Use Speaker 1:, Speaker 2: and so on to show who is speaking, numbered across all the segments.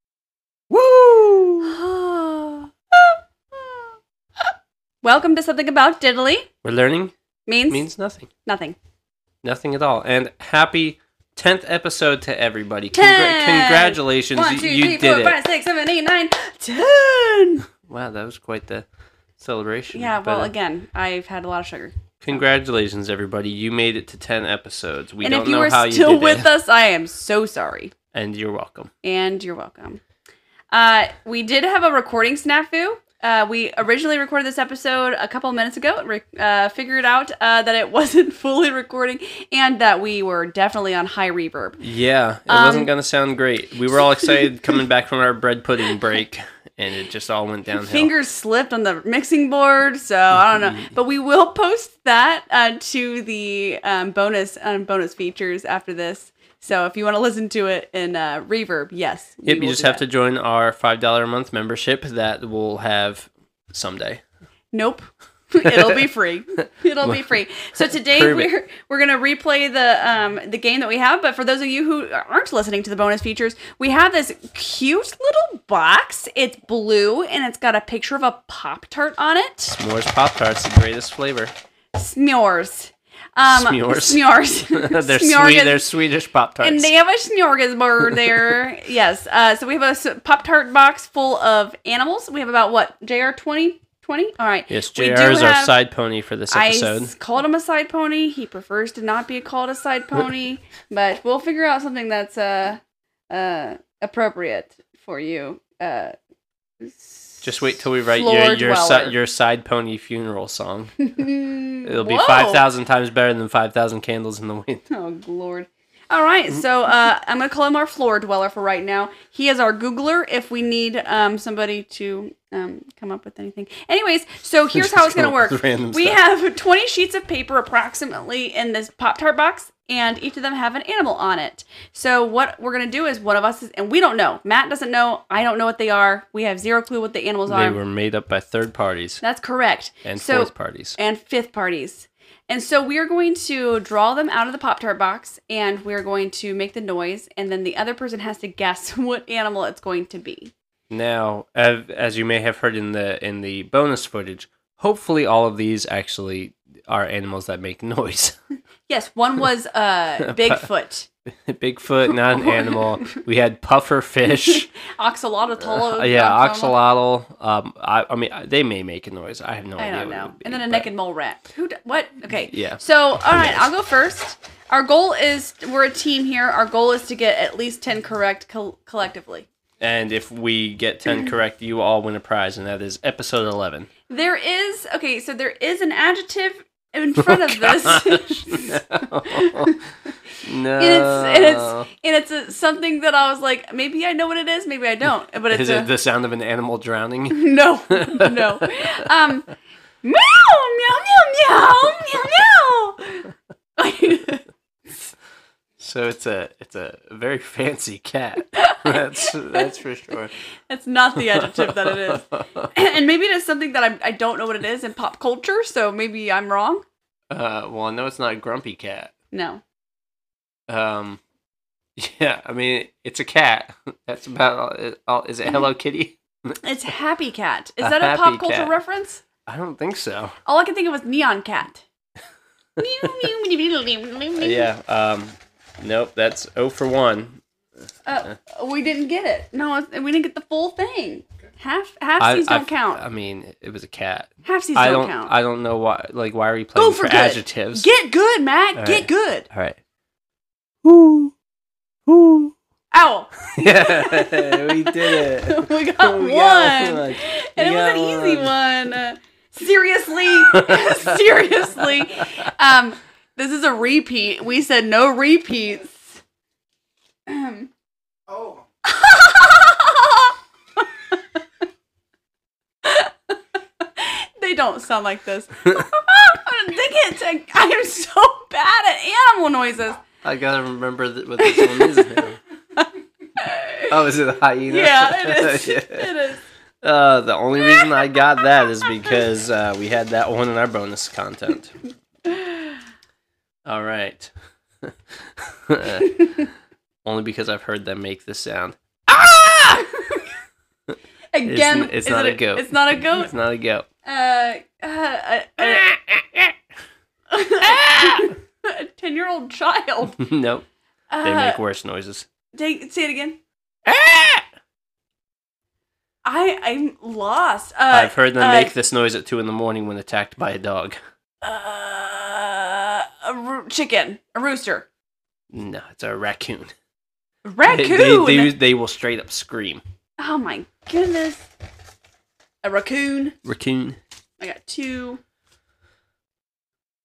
Speaker 1: Welcome to Something About Diddly.
Speaker 2: We're learning
Speaker 1: Means,
Speaker 2: means nothing.
Speaker 1: nothing.
Speaker 2: Nothing at all. And happy 10th episode to everybody.
Speaker 1: Ten.
Speaker 2: congratulations.
Speaker 1: One,
Speaker 2: you
Speaker 1: two,
Speaker 2: you
Speaker 1: three,
Speaker 2: did
Speaker 1: four,
Speaker 2: it.
Speaker 1: five, six, seven, eight, nine, ten.
Speaker 2: Wow, that was quite the celebration.
Speaker 1: Yeah,
Speaker 2: But,
Speaker 1: well,
Speaker 2: uh,
Speaker 1: again, I've had a lot of sugar.
Speaker 2: Congratulations, everybody. You made it to 10 episodes. We
Speaker 1: and
Speaker 2: don't
Speaker 1: if you
Speaker 2: know
Speaker 1: were
Speaker 2: how
Speaker 1: still
Speaker 2: you did
Speaker 1: with
Speaker 2: it.
Speaker 1: us, I am so sorry.
Speaker 2: And you're welcome.
Speaker 1: And you're welcome. Uh, we did have a recording snafu. Uh, we originally recorded this episode a couple minutes ago. Re- uh, figured out uh, that it wasn't fully recording and that we were definitely on high reverb.
Speaker 2: Yeah, it
Speaker 1: Um,
Speaker 2: wasn't going to sound great. We were all excited coming back from our bread pudding break, and it just all went downhill.
Speaker 1: fingers slipped on the mixing board so i don't
Speaker 2: Mm-hmm.
Speaker 1: know but we will post that uh, to the um, bonus um, bonus features after this so if you want to listen to it in uh, reverb yes we
Speaker 2: Yep, you
Speaker 1: will
Speaker 2: just
Speaker 1: do
Speaker 2: have
Speaker 1: that.
Speaker 2: to join our $5 a month membership that we'll have someday.
Speaker 1: nope it'll be free it'll be free so today
Speaker 2: Prove it.
Speaker 1: we're we're gonna replay the um the game that we have but for those of you who aren't listening to the bonus features we have this cute little box it's blue and it's got a picture of a pop tart on it
Speaker 2: Moore's Pop Tarts, the greatest flavor.
Speaker 1: S'mores. Um,
Speaker 2: S'mores.
Speaker 1: S'mores.
Speaker 2: they're,
Speaker 1: S'morgas-
Speaker 2: sweet, they're Swedish Pop Tarts.
Speaker 1: And they have a smorgasbord there. yes. Uh, so we have a Pop Tart box full of animals. We have about what? JR 20? 20? All right.
Speaker 2: Yes,
Speaker 1: We
Speaker 2: JR
Speaker 1: do
Speaker 2: is our
Speaker 1: have-
Speaker 2: side pony for this
Speaker 1: I
Speaker 2: episode.
Speaker 1: s- called him a side pony. He prefers to not be called a side pony, but we'll figure out something that's uh, uh, appropriate for you. Uh,
Speaker 2: Just wait till we write your
Speaker 1: floor
Speaker 2: your,
Speaker 1: dweller.
Speaker 2: si- your side pony funeral song. It'll be
Speaker 1: Whoa.
Speaker 2: five thousand times better than five thousand candles in the wind.
Speaker 1: Oh, Lord. All right,
Speaker 2: Mm.
Speaker 1: so uh, I'm gonna call him our floor dweller for right now. He is our Googler if we need um, somebody to um, come up with anything. Anyways, so here's how it's gonna work.
Speaker 2: Random
Speaker 1: We
Speaker 2: stuff.
Speaker 1: have 20 sheets of paper approximately in this Pop Tart box, and each of them have an animal on it. So what we're gonna do is one of us is, and we don't know. Matt doesn't know. I don't know what they are. We have zero clue what the animals
Speaker 2: They
Speaker 1: are.
Speaker 2: were made up by third parties
Speaker 1: That's correct.
Speaker 2: and
Speaker 1: so
Speaker 2: fourth parties.
Speaker 1: and fifth parties. And so we are going to draw them out of the Pop Tart box and we're going to make the noise, and then the other person has to guess what animal it's going to be.
Speaker 2: Now, av- as you may have heard in the in the bonus footage, hopefully all of these actually are animals that make noise.
Speaker 1: Yes, one was uh, Bigfoot,
Speaker 2: Bigfoot, not an animal. We had puffer fish.
Speaker 1: Oxalotl.
Speaker 2: Uh, yeah, oxalotl. Um, I, I mean, they may make a noise. I have no
Speaker 1: I
Speaker 2: idea.
Speaker 1: don't
Speaker 2: what it
Speaker 1: know.
Speaker 2: would be,
Speaker 1: And then a
Speaker 2: but-
Speaker 1: naked mole rat. Who? D- what? Okay.
Speaker 2: Yeah.
Speaker 1: So, all right, I'll go first. Our goal is we're a team here. Our goal is to get at least ten correct col- collectively.
Speaker 2: And if we get 10 correct, you all win a prize, and that is episode 11.
Speaker 1: There is okay, so there is an adjective in
Speaker 2: Oh,
Speaker 1: front of this.
Speaker 2: no.
Speaker 1: and it's and
Speaker 2: Oh.
Speaker 1: it's and it's a, something that I was like, maybe I know what it is, maybe I don't. But it's
Speaker 2: is
Speaker 1: a,
Speaker 2: it the sound of an animal drowning?
Speaker 1: no, no. Um, meow, meow, meow, meow, meow, meow.
Speaker 2: So it's a it's a very fancy cat. that's that's for sure.
Speaker 1: That's not the adjective that it is, and maybe it is something that I I don't know what it is in pop culture. So maybe I'm wrong.
Speaker 2: Uh, well, I know it's not a grumpy cat.
Speaker 1: No,
Speaker 2: Um, yeah, I mean it's a cat. That's about all. it- all is it
Speaker 1: Mm-hmm.
Speaker 2: Hello Kitty?
Speaker 1: it's Happy Cat. Is
Speaker 2: A
Speaker 1: that a
Speaker 2: happy
Speaker 1: pop culture
Speaker 2: cat.
Speaker 1: reference?
Speaker 2: I don't think so.
Speaker 1: All I can think of was Neon Cat.
Speaker 2: yeah. Um, nope. That's zero for one.
Speaker 1: Uh, we didn't get it. No, it's- we didn't get the full thing. Half
Speaker 2: I-
Speaker 1: halfsies don't
Speaker 2: I've-
Speaker 1: count.
Speaker 2: I mean, it was a cat.
Speaker 1: halfsies
Speaker 2: I
Speaker 1: don't,
Speaker 2: don't.
Speaker 1: count.
Speaker 2: I don't know why. Like, why are we playing
Speaker 1: Go
Speaker 2: for,
Speaker 1: for good.
Speaker 2: adjectives?
Speaker 1: Get good, Matt.
Speaker 2: All
Speaker 1: Get
Speaker 2: right.
Speaker 1: good.
Speaker 2: All right. Ooh, ooh.
Speaker 1: Ow.
Speaker 2: Yeah, we did it.
Speaker 1: we got
Speaker 2: We
Speaker 1: one.
Speaker 2: got one.
Speaker 1: And it
Speaker 2: We
Speaker 1: was
Speaker 2: got
Speaker 1: an easy one. Uh, Seriously. Seriously. Um, this is a repeat. We said no repeats. Um.
Speaker 3: Oh,
Speaker 1: they don't sound like this. they can't take, I am so bad at animal noises.
Speaker 2: I gotta remember th- what this one is now. Oh, is it a hyena?
Speaker 1: Yeah, it is.
Speaker 2: Yeah.
Speaker 1: It is.
Speaker 2: Uh, the only reason I got that is because uh, we had that one in our bonus content. All right. only because I've heard them make this sound.
Speaker 1: Ah! Again,
Speaker 2: it's
Speaker 1: is
Speaker 2: not
Speaker 1: it
Speaker 2: a goat.
Speaker 1: It's not a goat.
Speaker 2: It's not a goat.
Speaker 1: uh, uh, a ten year old child.
Speaker 2: nope. They
Speaker 1: Uh,
Speaker 2: make worse noises.
Speaker 1: take, say it again. I I'm lost. Uh,
Speaker 2: I've heard them
Speaker 1: uh,
Speaker 2: make this noise at two in the morning when attacked by a dog.
Speaker 1: uh, a roo- chicken, a rooster,
Speaker 2: No, it's a raccoon. They-
Speaker 1: raccoon.
Speaker 2: They, they, they will straight up scream.
Speaker 1: oh my goodness, a raccoon.
Speaker 2: Raccoon.
Speaker 1: I got two.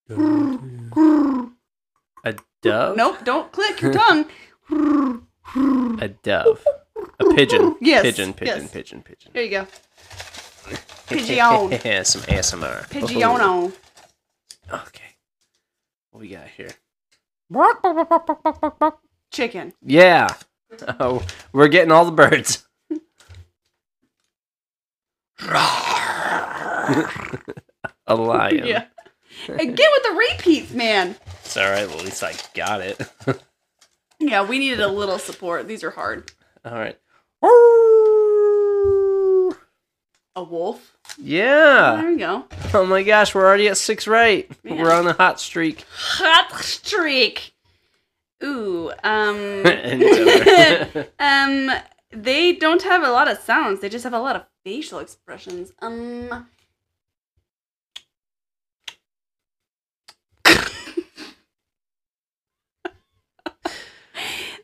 Speaker 2: A dove?
Speaker 1: Nope, don't click your tongue.
Speaker 2: A dove. A pigeon.
Speaker 1: Yes,
Speaker 2: Pigeon, pigeon,
Speaker 1: yes.
Speaker 2: pigeon, pigeon.
Speaker 1: There you go. Pigeon.
Speaker 2: Some ASMR. Oh.
Speaker 1: Pidgeono.
Speaker 2: Okay. What we got here?
Speaker 1: Chicken.
Speaker 2: Yeah. Oh, we're getting all the birds. a lion.
Speaker 1: Yeah. Again with the repeats, man.
Speaker 2: It's all right. Well, at least I got it.
Speaker 1: Yeah, we needed a little support. These are hard.
Speaker 2: all right.
Speaker 1: A wolf.
Speaker 2: Yeah.
Speaker 1: There we go.
Speaker 2: Oh my gosh, we're already at six right.
Speaker 1: Man.
Speaker 2: We're on a hot streak.
Speaker 1: Hot streak. Ooh. Um.
Speaker 2: And it's over.
Speaker 1: um. They don't have a lot of sounds. They just have a lot of facial expressions. Um.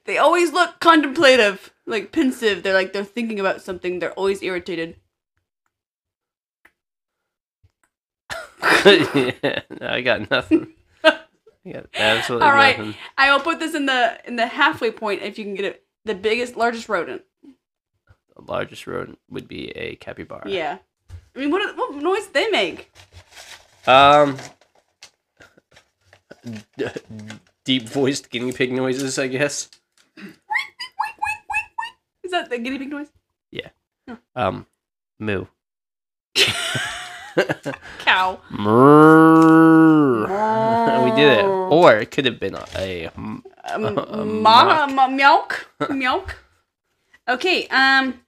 Speaker 1: they always look contemplative, like pensive. They're like they're thinking about something. They're always irritated.
Speaker 2: yeah, no, I got nothing. I got absolutely
Speaker 1: All right.
Speaker 2: nothing.
Speaker 1: I will put this in the in the halfway point if you can get it. The biggest, largest rodent.
Speaker 2: The largest rodent would be a capybara.
Speaker 1: Yeah. I mean, what, are- what noise do they make?
Speaker 2: Um. d- Deep voiced guinea pig noises, I guess.
Speaker 1: Is that the guinea pig noise?
Speaker 2: Um, moo.
Speaker 1: Cow.
Speaker 2: Mrrr. we did it. Or it could have been a. a-
Speaker 1: Oh, Um,
Speaker 2: A
Speaker 1: ma- ma- milk. Milk. Okay. Um.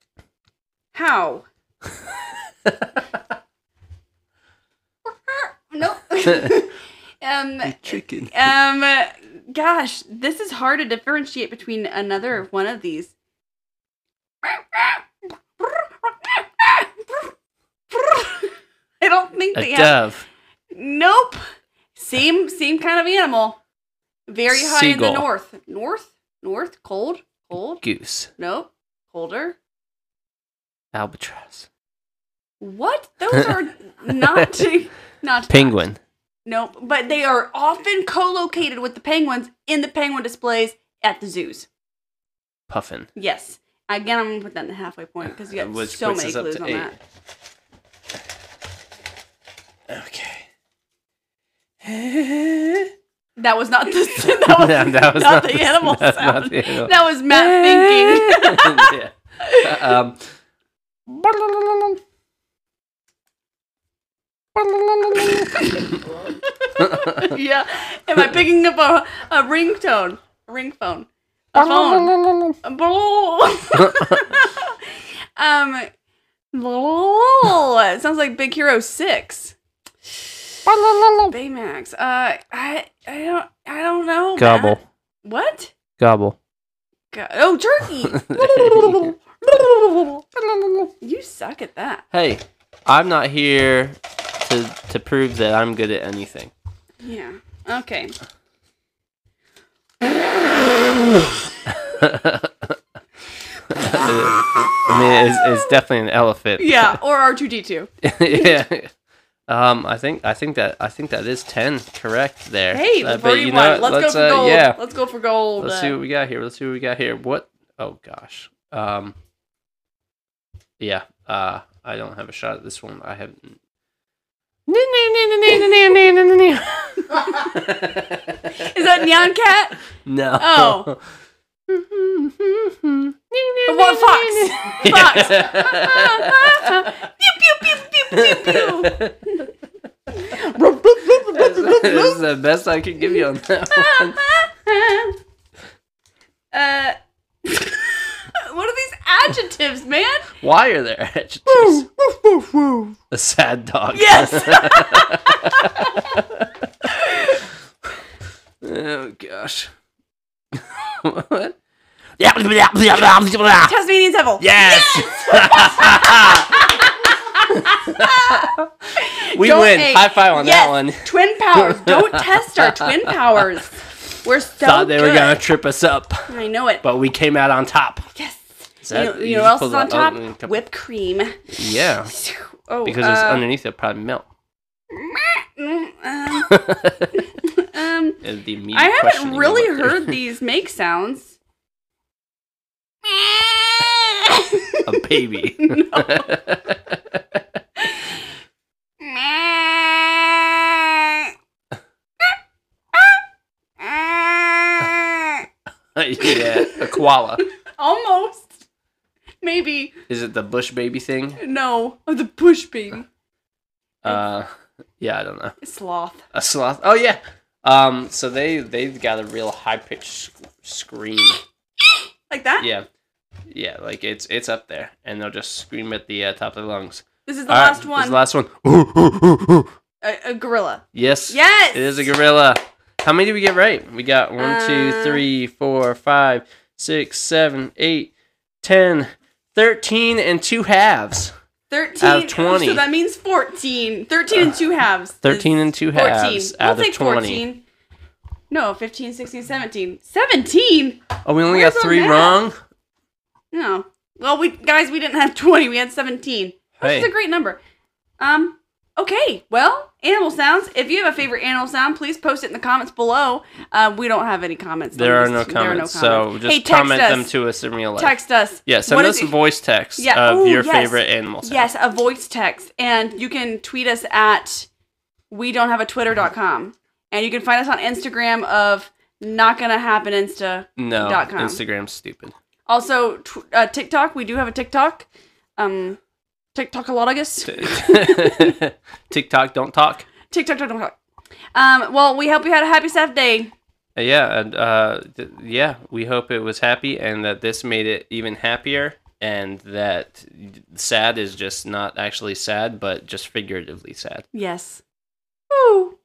Speaker 1: How? no. um.
Speaker 2: Chicken.
Speaker 1: Um. Gosh, this is hard to differentiate between another one of these. I don't think they
Speaker 2: A
Speaker 1: have.
Speaker 2: dove.
Speaker 1: Nope. Same same kind of animal. Very high in
Speaker 2: Seagull.
Speaker 1: the north. North? North? Cold? Cold?
Speaker 2: Goose.
Speaker 1: Nope. Colder?
Speaker 2: Albatross.
Speaker 1: What? Those are not not
Speaker 2: Penguin.
Speaker 1: Nope. But they are often co-located with the penguins in the penguin displays at the zoos.
Speaker 2: Puffin.
Speaker 1: Yes. Again, I'm gonna put that in the halfway point because you got
Speaker 2: Which
Speaker 1: so
Speaker 2: puts
Speaker 1: many
Speaker 2: us up
Speaker 1: clues
Speaker 2: to
Speaker 1: on
Speaker 2: eight.
Speaker 1: that.
Speaker 2: Okay.
Speaker 1: That was not the that was,
Speaker 2: No,
Speaker 1: not,
Speaker 2: that was not
Speaker 1: the
Speaker 2: the-
Speaker 1: animal
Speaker 2: that's not
Speaker 1: sound.
Speaker 2: the animal.
Speaker 1: That was Matt thinking.
Speaker 2: yeah. um,
Speaker 1: yeah. Am I picking up a, a ringtone? A ring phone. A phone. A blah. um blah. it sounds like Big Hero Six. Baymax. Uh I I don't I don't know. Matt.
Speaker 2: Gobble.
Speaker 1: What?
Speaker 2: Gobble.
Speaker 1: Go- oh turkey. you suck at that.
Speaker 2: Hey, I'm not here to to prove that I'm good at anything.
Speaker 1: Yeah. Okay.
Speaker 2: I mean, it's, it's definitely an elephant.
Speaker 1: Yeah, or R two D two.
Speaker 2: yeah. Um, I think I think that I think that is ten correct there.
Speaker 1: Hey,
Speaker 2: Uh,
Speaker 1: we've
Speaker 2: but
Speaker 1: already
Speaker 2: you know
Speaker 1: won.
Speaker 2: what?
Speaker 1: Let's, go for
Speaker 2: uh,
Speaker 1: gold.
Speaker 2: Yeah,
Speaker 1: Let's go for gold. uh,
Speaker 2: let's see what we got here. Let's see what we got here. What? Oh gosh. Um. Yeah. Uh, I don't have a shot at this one. I haven't.
Speaker 1: Is that Nyan Cat?
Speaker 2: no.
Speaker 1: Oh. what fox? Fox. pew pew pew pew pew
Speaker 2: That's that's the best I can give you on that one.
Speaker 1: pew. uh, what are these adjectives, man.
Speaker 2: Why are there adjectives? A sad dog.
Speaker 1: Yes.
Speaker 2: oh gosh. what?
Speaker 1: Tasmanian devil.
Speaker 2: Yes. we
Speaker 1: Don't
Speaker 2: win.
Speaker 1: hate.
Speaker 2: High five on
Speaker 1: Yes.
Speaker 2: that one.
Speaker 1: Twin powers. Don't test our twin powers. We're so
Speaker 2: Thought they
Speaker 1: good.
Speaker 2: were gonna trip us up,
Speaker 1: I know it.
Speaker 2: but we came out on top.
Speaker 1: yes.
Speaker 2: Is
Speaker 1: You know,
Speaker 2: that-
Speaker 1: you
Speaker 2: you
Speaker 1: know
Speaker 2: just
Speaker 1: what else
Speaker 2: pulled
Speaker 1: is on
Speaker 2: the- oh,
Speaker 1: top?
Speaker 2: mm, couple-
Speaker 1: Whipped cream.
Speaker 2: Yeah,
Speaker 1: Oh,
Speaker 2: because it's
Speaker 1: uh,
Speaker 2: underneath it probably melt.
Speaker 1: mm,
Speaker 2: the
Speaker 1: um, um,
Speaker 2: immediate
Speaker 1: I haven't
Speaker 2: questioning
Speaker 1: really
Speaker 2: about-
Speaker 1: heard these make sounds.
Speaker 2: a baby. yeah, a koala.
Speaker 1: Almost. Maybe.
Speaker 2: Is it the bush baby thing?
Speaker 1: No. Oh, the push baby.
Speaker 2: Uh, yeah, I don't know.
Speaker 1: Sloth.
Speaker 2: A sloth. Oh yeah. Um, so they they've got a real high pitched scream.
Speaker 1: Like that?
Speaker 2: Yeah, yeah, like it's it's up there, and they'll just scream at the uh, top of their lungs.
Speaker 1: This is the
Speaker 2: All right,
Speaker 1: last
Speaker 2: this
Speaker 1: one.
Speaker 2: is the last one.
Speaker 1: a, a gorilla.
Speaker 2: yes.
Speaker 1: Yes.
Speaker 2: It is a gorilla. How many did we get right? We got one, two,
Speaker 1: Uh,
Speaker 2: three, four, five, six, seven, eight, ten, thirteen, and two halves.
Speaker 1: 13
Speaker 2: Out of 20.
Speaker 1: oh, So that means 14. 13 and two halves. is
Speaker 2: 13 and two
Speaker 1: 14.
Speaker 2: halves
Speaker 1: we'll
Speaker 2: out of
Speaker 1: take
Speaker 2: 20.
Speaker 1: 14. No, 15, 16, 17. 17?
Speaker 2: Oh, we only
Speaker 1: Where's
Speaker 2: got
Speaker 1: the
Speaker 2: three
Speaker 1: math?
Speaker 2: wrong?
Speaker 1: No. Well, we guys, we didn't have 20. We had 17. Which is
Speaker 2: Hey.
Speaker 1: a great number. Um, okay. Well, animal sounds. If you have a favorite animal sound, please post it in the comments below. Uh, we don't have any comments. on
Speaker 2: There are,
Speaker 1: this.
Speaker 2: no comments, so just
Speaker 1: Hey, text
Speaker 2: comment
Speaker 1: us.
Speaker 2: them to us in real life.
Speaker 1: Text us.
Speaker 2: Yeah, send
Speaker 1: What
Speaker 2: us
Speaker 1: is
Speaker 2: a
Speaker 1: it-
Speaker 2: voice text
Speaker 1: Yeah,
Speaker 2: of
Speaker 1: ooh,
Speaker 2: your
Speaker 1: yes.
Speaker 2: favorite animal sound.
Speaker 1: Yes, a voice text. And you can tweet us at we don't have a twitter.com. And you can find us on Instagram of not gonna happen insta.
Speaker 2: No,
Speaker 1: dot com.
Speaker 2: Instagram's stupid.
Speaker 1: Also tw- uh, TikTok, we do have a TikTok. Um TikTokologist.
Speaker 2: TikTok, don't talk.
Speaker 1: TikTok, TikTok, TikTok. Um, well, we hope you had a happy staff day.
Speaker 2: Uh, Yeah, and uh, th- yeah, we hope it was happy and that this made it even happier and that sad is just not actually sad, but just figuratively sad.
Speaker 1: Yes. Woo.